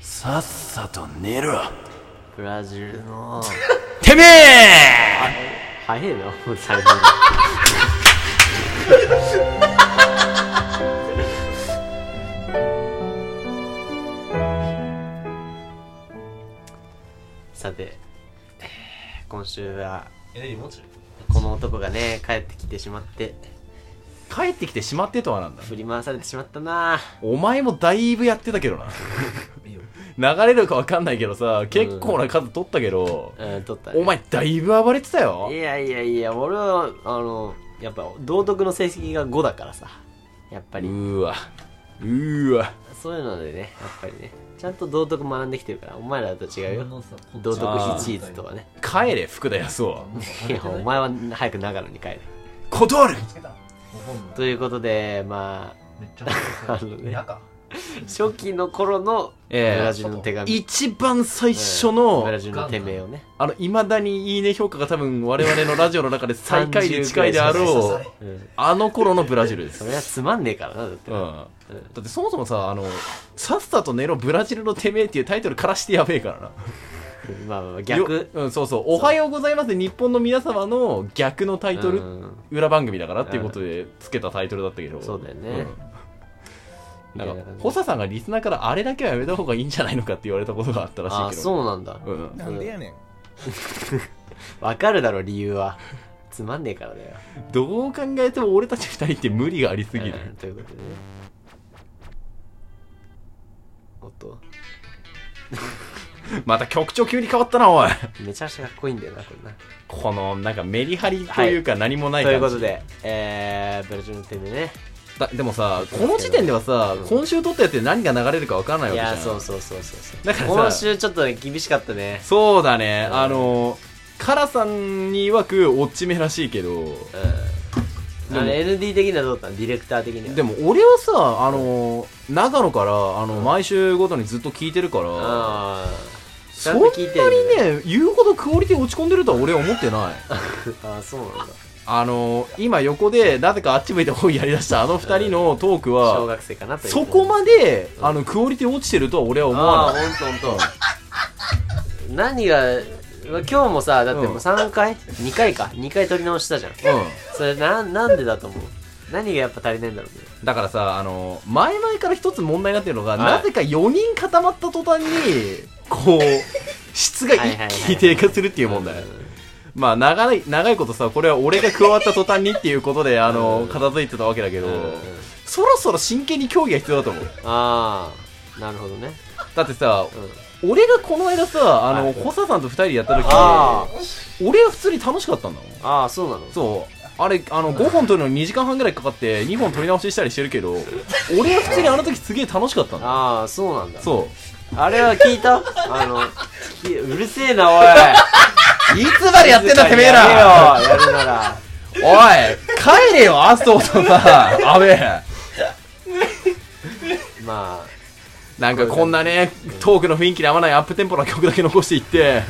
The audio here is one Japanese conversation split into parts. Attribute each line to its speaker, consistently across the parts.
Speaker 1: さっさと寝ろ
Speaker 2: ブラジルの
Speaker 1: てめえ
Speaker 2: 早いなもう最後さて今週は
Speaker 1: え何もうちょい
Speaker 2: この男がね帰ってきてしまって
Speaker 1: 帰ってきてしまってとはなんだ
Speaker 2: 振り回されてしまったな
Speaker 1: お前もだいぶやってたけど な流れるかわかんないけどさ結構な数取ったけど、
Speaker 2: うん取った
Speaker 1: お前だいぶ暴れてたよ
Speaker 2: いやいやいや俺はあのやっぱ道徳の成績が5だからさやっぱ
Speaker 1: う
Speaker 2: り
Speaker 1: ーわうーわ
Speaker 2: そういうのでね、やっぱりね、ちゃんと道徳学んできてるから、お前らと違う
Speaker 3: 俺
Speaker 2: よ。
Speaker 3: のさこっち
Speaker 2: 道徳
Speaker 1: あ
Speaker 2: 非
Speaker 1: ー
Speaker 2: チーズとかね。
Speaker 1: 帰れ福田康夫
Speaker 2: いや、お前は早く長野に帰れ。
Speaker 1: 断る
Speaker 3: おほんの
Speaker 2: ということで、ま
Speaker 3: めっちゃ面白
Speaker 2: あの
Speaker 3: い
Speaker 2: ね
Speaker 3: 中
Speaker 2: あ、初期の頃のブ
Speaker 1: ええ
Speaker 2: ラジルの手紙。
Speaker 1: 一番最初の、
Speaker 2: ブラジルの手名をね。
Speaker 1: あの、いまだにいいね評価が多分我々のラジオの中で最下位で近いであろう、
Speaker 2: うん。
Speaker 1: あの頃のブラジルで
Speaker 2: そ
Speaker 1: す。
Speaker 2: れはつまんねえからな、だって
Speaker 1: うん。
Speaker 2: な。
Speaker 1: だ
Speaker 2: うん
Speaker 1: ってそもそもさ、あの、さっさと寝ろブラジルのてめえっていうタイトルからしてやべえからな。
Speaker 2: まあまあ、
Speaker 1: よ
Speaker 2: 逆。
Speaker 1: うん、そうそう。おはようございます日本の皆様の逆のタイト
Speaker 2: う
Speaker 1: ル、
Speaker 2: ん
Speaker 1: 裏番組だからっていうことで付けたタイトルだったけど。
Speaker 2: そうだよね
Speaker 1: うん。なん
Speaker 2: みたいな
Speaker 1: か
Speaker 2: 感、じ
Speaker 1: ホサさんがリスナーからあれだけはやめた方がいいんじゃないのかって言われたことがあったらしいけど。
Speaker 2: あ、そうなんだ。
Speaker 1: うん。
Speaker 4: なんでやねん
Speaker 2: わかるだろ、理由は。つまんねえからだよ。
Speaker 1: どう考えても俺たち二人って無理がありすぎる。
Speaker 2: うんということでねおっと
Speaker 1: また局長急に変わったな、おい。
Speaker 2: めちゃくちゃかっこいいんだよなこれな
Speaker 1: この、なんかメリハリというか何もない
Speaker 2: と
Speaker 1: 感
Speaker 2: い
Speaker 1: じ、
Speaker 2: うことでえー、ブラジルの点でね
Speaker 1: だ。でもさ、この時点ではさ、今週撮ったやつで何が流れるか分からないわけ
Speaker 2: い
Speaker 1: じゃん。
Speaker 2: やそうそうそうそうそう
Speaker 1: だからさ
Speaker 2: 今週ちょっとね厳しかったね
Speaker 1: そうだね、
Speaker 2: うん
Speaker 1: あの、カラさんに曰く、落ち目らしいけど、
Speaker 2: うんあの
Speaker 1: で
Speaker 2: ND 的にはどうだったのディレクター的には
Speaker 1: でも俺はさ、あの、長野から、あの、毎週ごとにずっと聞いてるから、
Speaker 2: あーち
Speaker 1: そ
Speaker 2: ゃ
Speaker 1: ん
Speaker 2: ん
Speaker 1: な
Speaker 2: と
Speaker 1: に
Speaker 2: 聞いてるね
Speaker 1: ね、言うほどクオリティ落ち込んでるとは俺は思ってない。
Speaker 2: あーそうなんだ
Speaker 1: あの今横でなぜかあっち向いて方やりだしたあの二人のトーク
Speaker 2: 小
Speaker 1: は、
Speaker 2: 学生かなという
Speaker 1: そこまで、あのクオリティ落ちてるとは俺は思わ
Speaker 2: あ
Speaker 1: ない
Speaker 2: あーほんとほんと何が今日もさだってもう3回、2回か2回取り直したじゃん
Speaker 1: う
Speaker 2: それななんでだと思う何がやっぱ足りないんだろうね
Speaker 1: んだからさあの前々から一つ問題になってるのが、
Speaker 2: はい
Speaker 1: なぜか4人固まった途端にこう 質が一気に低下するっていう問題、まあ長い長いことさこれは俺が加わった途端にっていうことであの、片付いてたわけだけど、
Speaker 2: うん
Speaker 1: そろそろ真剣に協議が必要だ と思う
Speaker 2: ああなるほどね、
Speaker 1: だってさ
Speaker 2: うん、
Speaker 1: 俺がこの間さあの、
Speaker 2: はい
Speaker 1: ホサさんと二人でやった時
Speaker 2: あ
Speaker 1: 俺は普通に楽しかったんだもん
Speaker 2: ああそうなの
Speaker 1: そうあれあの5本撮るのに2時間半ぐらいかかって2本撮り直ししたりしてるけ ど俺は普通にあの時すげえ楽しかったんだ
Speaker 2: ああそうなんだ
Speaker 1: そ
Speaker 2: あれは聞いたあのきうるせえなおい
Speaker 1: ういつまで やってんだてめえら
Speaker 2: やめろやるなら
Speaker 1: おい帰れよ麻生と さ阿部
Speaker 2: ま
Speaker 1: なんかこんなねトークの雰囲気に合わないアップテンポな曲だけ残していって
Speaker 2: あ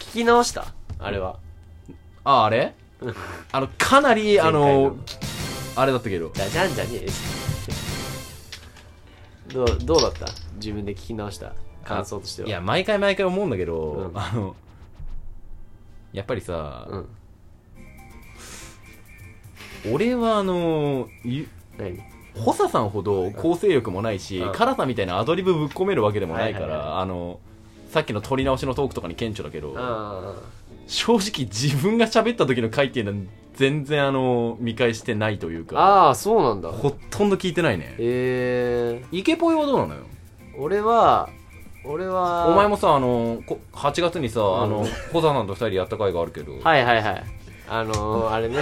Speaker 2: 聞き直したあれは
Speaker 1: ああれあのかなりあの
Speaker 2: 前
Speaker 1: あれだったけど
Speaker 2: じゃじゃんじゃねえよどうどうだった自分で聞き直した感想としてはい
Speaker 1: や毎回毎回思うんだけ
Speaker 2: う
Speaker 1: ど、
Speaker 2: ん
Speaker 1: あのやっぱりさ、
Speaker 2: うん
Speaker 1: 俺はあのゆ
Speaker 2: 何
Speaker 1: ホサさんほど構成力もないし、
Speaker 2: うん
Speaker 1: カラさんみたいなアドリブぶっ込めるわけでもないから、
Speaker 2: はいはいは
Speaker 1: あのさっきの撮り直しのトークとかに顕著だけど、
Speaker 2: あ
Speaker 1: 正直自分が喋った時の回っていうのは全然あの見返してないという
Speaker 2: あ
Speaker 1: か
Speaker 2: ああそうなんだ
Speaker 1: ほとんど聞いてないね
Speaker 2: ええ
Speaker 1: イケポイはどうなのよ
Speaker 2: 俺は俺は
Speaker 1: お前もさあのこ8月にさ、あ
Speaker 2: う
Speaker 1: の
Speaker 2: ん
Speaker 1: ホサさんと2人でやった回があるけど、
Speaker 2: はいはいはいあのー、あれね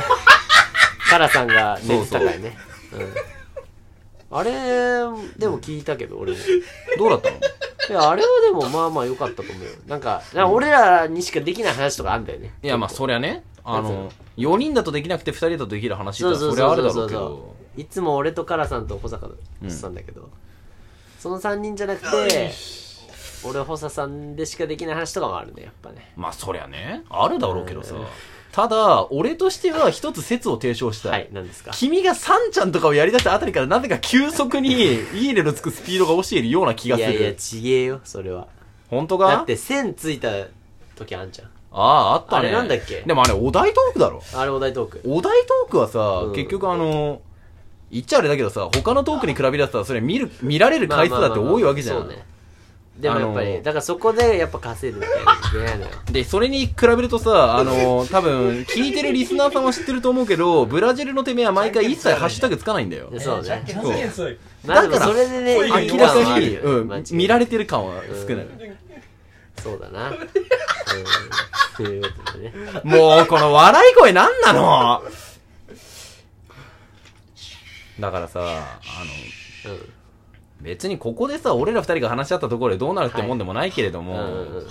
Speaker 2: カラさんが寝てたからねうん、あれでも聞いたけど 俺もい
Speaker 1: どうだったの
Speaker 2: やあれはでもまあまあ良かったと思うよなんかなんか俺らにしかできない話とかあんだよね
Speaker 1: いやまあそりゃ ねあの4人だとできなくて2人だとできる話って
Speaker 2: そう
Speaker 1: そ
Speaker 2: そう
Speaker 1: りゃ
Speaker 2: そ
Speaker 1: あ
Speaker 2: う
Speaker 1: る
Speaker 2: そう
Speaker 1: だろ
Speaker 2: そうう
Speaker 1: けど
Speaker 2: いつも俺とカラさんと保坂さんだけど、その3人じゃなくて俺保坂さんでしかできない話とかもあるねやっぱね
Speaker 1: まあそりゃねあるだろうけどさ、ただ、俺としては一つ説を提唱したい。
Speaker 2: はい、何ですか
Speaker 1: 君がサンちゃんとかをやりだしたあたりからなぜか急速にいいねのつくスピードが落ちているような気がする。
Speaker 2: いやいや、ちげえよ、それは。
Speaker 1: 本当か
Speaker 2: だって、線ついた時あんじゃん。
Speaker 1: ああ、あったね。
Speaker 2: あれなんだっけ
Speaker 1: でもあれ、お題トークだろ。
Speaker 2: あれお題トーク。
Speaker 1: お題トークはさ、
Speaker 2: うん
Speaker 1: 結局あの、言っちゃあれだけどさ、他のトークに比べたらそれ見る、見られる回数だって多いわけじゃん。
Speaker 2: まあまあまあまあそうね。でもやっぱ
Speaker 1: あ
Speaker 2: り、
Speaker 1: のー
Speaker 2: だからそこでやっぱ稼いでる みたいなのよ。
Speaker 1: で、それに比べるとさ、あ の多分、聞いてるリスナーさんは知ってると思うけど、ブラジルのてめえは毎回一切ハッシュタグつかないんだよ
Speaker 2: で。そうね。
Speaker 3: ジャッキー発言
Speaker 2: まあでも
Speaker 1: だから
Speaker 2: それでね、
Speaker 3: 明らかに
Speaker 2: いい
Speaker 1: 明
Speaker 2: 感
Speaker 1: ら
Speaker 2: はあ
Speaker 1: か
Speaker 2: る
Speaker 1: に、
Speaker 2: よ
Speaker 1: う
Speaker 2: 間
Speaker 1: ん
Speaker 2: 違い、
Speaker 1: 見られてる感は少ない。
Speaker 2: そう だな。うん。ということでね。
Speaker 1: もう、この笑い声なんな のだからさ、あ
Speaker 2: うん。
Speaker 1: の、別にここでさ、俺ら二人が話し合ったところでどうなるってもんでもないけれども、
Speaker 2: うんうんうん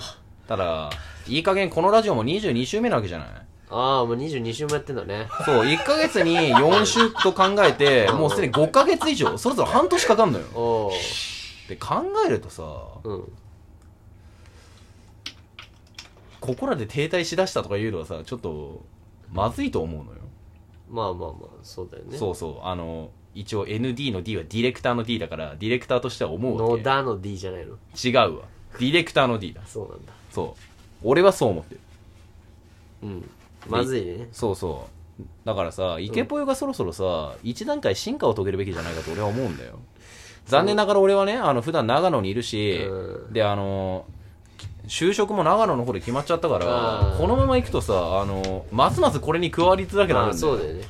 Speaker 1: ただ、いい加減このラジオも22週目なわけじゃない
Speaker 2: ああ、もう22週もやってんだね。
Speaker 1: そう、1ヶ月に4週と考え て、もうすでに5ヶ月以上、そろそろ半年かかんのよ。
Speaker 2: おー。
Speaker 1: で、考えるとさ、
Speaker 2: うん。
Speaker 1: ここらで停滞しだしたとか言うのはさ、ちょっと、まずいと思うのよ。
Speaker 2: まあまあまあ、そうだよね。
Speaker 1: そうそう、あの、一応 ND の D はディレクターの D だから、ディレクターとしては思うわ
Speaker 2: の
Speaker 1: け。
Speaker 2: だの D じゃないの。
Speaker 1: 違うわ。ディレクターの D だ。
Speaker 2: そうなんだ。
Speaker 1: そう。俺はそう思ってる。
Speaker 2: うん。まずいね。
Speaker 1: そうそう。だからさ、イケポヨがそろそろさ、一段階進化を遂げるべきじゃないかと俺は思うんだよ。残念ながら俺はね、あの、普段長野にいるし、
Speaker 2: うん
Speaker 1: で、あの、就職も長野の方で決まっちゃったから
Speaker 2: あ、ー
Speaker 1: このまま行くとさ、あの、ますますこれに加わりづらくな
Speaker 2: ま
Speaker 1: るん
Speaker 2: あ
Speaker 1: だよ
Speaker 2: そうだよね。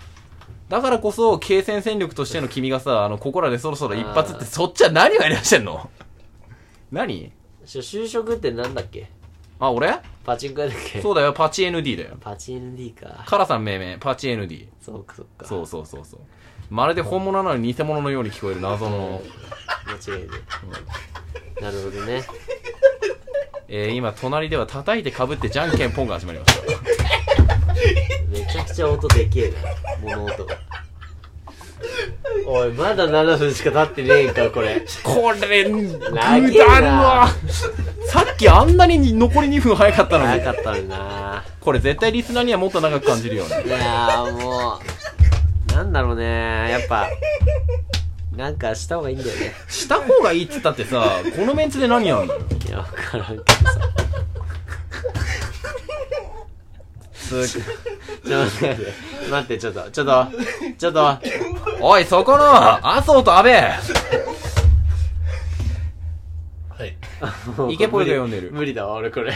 Speaker 1: だからこそ、継戦戦力としての君がさ、あの、ここらでそろそろ一発って、そっちは何をやりだしてんの何
Speaker 2: し就職ってなんだっけ
Speaker 1: あ、俺
Speaker 2: パチンコ屋だっけ
Speaker 1: そうだよ、パチ ND だよ。
Speaker 2: パチン D か。
Speaker 1: カラさん命名、パチ ND。
Speaker 2: そうかそうか。
Speaker 1: そうそうそうそう。まるで本物なのに偽物のように聞こえる謎の。
Speaker 2: 間違いない。なるほどね。
Speaker 1: えー、今、隣では叩いて被ってじゃんけんポンが始まりました。
Speaker 2: めちゃくちゃ音でけえな。物音が。おい、まだ7分しか経ってねえんか、これ。
Speaker 1: これ、くだ
Speaker 2: 長えな
Speaker 1: るわ。さっきあんなに残り2分早かったのに。
Speaker 2: 早かったのにな
Speaker 1: これ絶対リスナーにはもっと長く感じるよね。
Speaker 2: いやーもう、なんだろうねやっぱ、なんかした方がいいんだよね。
Speaker 1: した方がいいって言ったってさ、このメンツで何やんのよ。
Speaker 2: いや、わからんけどさ。
Speaker 1: つ
Speaker 2: ちょっと待って、待って、ちょっと、ちょっと、ちょっと、
Speaker 1: おい、そこの、麻生と安倍
Speaker 3: はい
Speaker 1: イケポイが呼んでる
Speaker 2: 無理だわ、俺これ。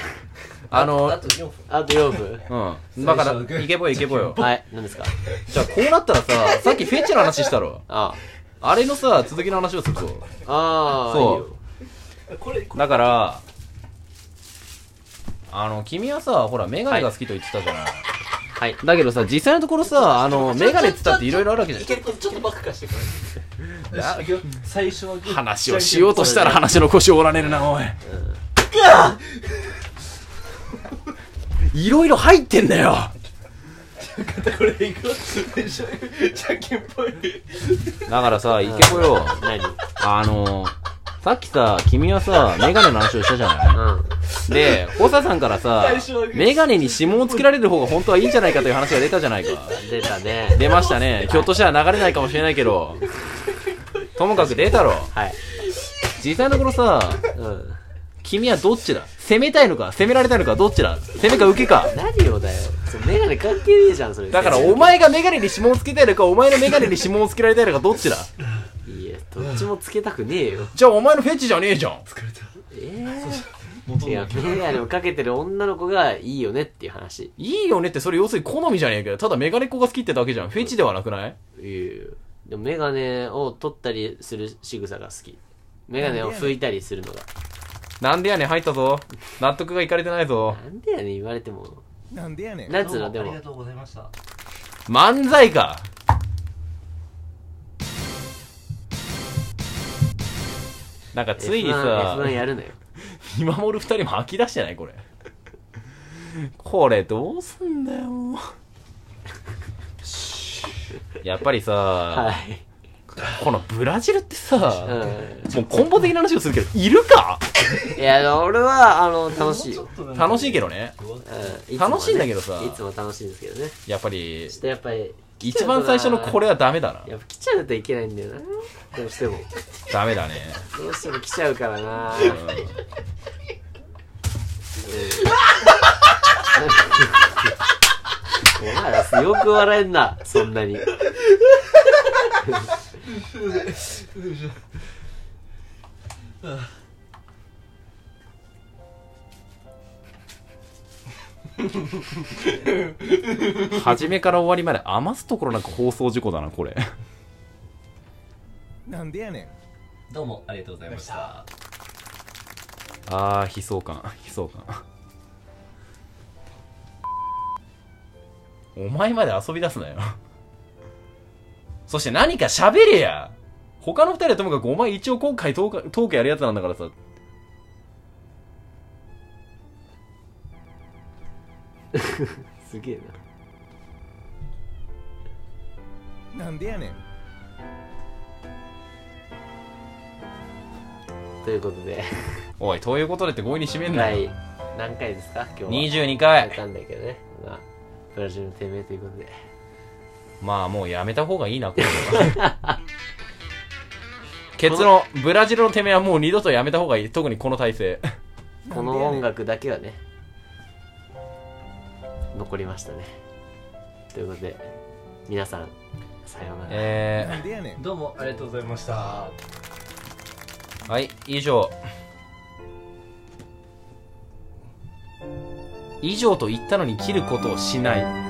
Speaker 1: あ
Speaker 3: あ
Speaker 1: の、
Speaker 3: と4分
Speaker 2: あと4分。
Speaker 1: うん。だから
Speaker 3: 最初のグ、ー
Speaker 1: イケポイイケポよ。
Speaker 2: はい、何ですか
Speaker 1: じゃあ、こうなったらさ、さっきフェチの話したろ。
Speaker 2: あ
Speaker 1: あれのさ、続きの話をするぞ。
Speaker 2: あ。ああ、
Speaker 1: そう
Speaker 2: いいよ
Speaker 3: これ
Speaker 1: だから、あの、君はさ、ほら、メガネが好きと言ってたじゃない。
Speaker 2: はい。
Speaker 1: だけどさ、実際のところさ、あの、メガネって言ったっていろいろあるわけじゃん。
Speaker 3: ちょっとちょっとバック化してくれ最初の
Speaker 1: 話をしようとしたら話の腰を折られるな、おい。いろいろ入ってんだよ
Speaker 3: これいくわ最初ジャッキーっぽい
Speaker 1: だからさ、イケポよ。
Speaker 2: 何
Speaker 1: あのさっきさ、君はさ、メガネの話をしたじゃない
Speaker 2: うん。
Speaker 1: で、ホサさんからさ
Speaker 3: 最初はグ、ー
Speaker 1: メガネに指紋をつけられる方が本当はいいんじゃないかという話が出たじゃないか。
Speaker 2: 出たね。
Speaker 1: 出ましたね。ひょっとしたら流れないかもしれないけど、ともかく出たろ。
Speaker 2: はい。
Speaker 1: 実際の頃さ、
Speaker 2: うん。
Speaker 1: 君はどっちだ攻めたいのか攻められたいのかどっちだ攻めか受けか
Speaker 2: 何をだよ。それメガネ関係ねえじゃん、それ。
Speaker 1: だからお前がメガネに指紋をつけたいのか、お前のメガネに指紋をつけられたいのかどっちだ
Speaker 2: いや、どっちもつけたくねえよ。
Speaker 1: じゃあお前のフェチじゃねえじゃん。
Speaker 3: 疲れた
Speaker 2: ええ
Speaker 3: 元
Speaker 2: いや
Speaker 3: の、
Speaker 2: メガネをかけてる女の子がいいよねっていう話。
Speaker 1: いいよねってそれ要するに好みじゃねえけど、ただメガネっ子が好きってだけじゃん。フェチではなくない
Speaker 2: いやいやでもメガネを取ったりする仕草が好き。メガネを拭いたりするのが。
Speaker 1: なんでやねん入ったぞ。納得がいかれてないぞ。
Speaker 2: なんでやねん言われても。
Speaker 4: なんでやねん。
Speaker 2: なんつうの、で
Speaker 3: あり
Speaker 2: も
Speaker 3: が。とうございました
Speaker 1: 漫才かなんかついに
Speaker 2: F1
Speaker 1: さ、
Speaker 2: F1 やるのよ。
Speaker 1: 見守る二人も飽き出してないこれ。これどうすんだよ、もう。やっぱりさ、
Speaker 2: はい。
Speaker 1: このブラジルってさ、
Speaker 2: う
Speaker 1: もう根本的な話をするけど、いるか
Speaker 2: ん。いや、俺は、あの、楽しいよ。
Speaker 1: 楽しいけどね。
Speaker 2: うん
Speaker 1: 楽しいんだけどさ
Speaker 2: いつも楽しいんですけどね。
Speaker 1: やっぱり
Speaker 2: ちょ、っとやっぱり、
Speaker 1: 一番最初のこ
Speaker 2: れ。
Speaker 1: れはダメだな。
Speaker 2: やっぱ来ちゃうといけないんだよな。どうしても。
Speaker 1: ダメだね。
Speaker 2: どうしても来ちゃうからな。
Speaker 1: うん
Speaker 2: お前らすごく笑えんな、そんなに。
Speaker 1: 初めから終わりまで余すところなく放送事故だな、これ。
Speaker 4: なんでやねん
Speaker 3: どうもありがとうございました
Speaker 1: あー、悲壮感、悲壮感。お前まで遊び出すなよ。そして何か喋れや他の二人はともかくお前一応今回トークトークやるやつなんだからさ。
Speaker 2: すげえな。
Speaker 4: なんでやねん
Speaker 2: ということで、
Speaker 1: おい、ということでって強引に締めんな
Speaker 2: 第
Speaker 1: よ。
Speaker 2: 何回ですか今日は。
Speaker 1: 22
Speaker 2: 回
Speaker 1: 回。
Speaker 2: たんだけどね。まあ、ブラジルのてめえということで。
Speaker 1: まあもうやめた方がいいな、これは。結論、ブラジルのてめえはもう二度とやめた方がいい。特にこの体勢。
Speaker 2: この音楽だけはね、残りましたね。ということで、皆さん、さようなら。
Speaker 1: え
Speaker 4: なんでやねん
Speaker 3: どうもありがとうございました
Speaker 1: ー、はい、以上。以上と言ったのに切ることをしない。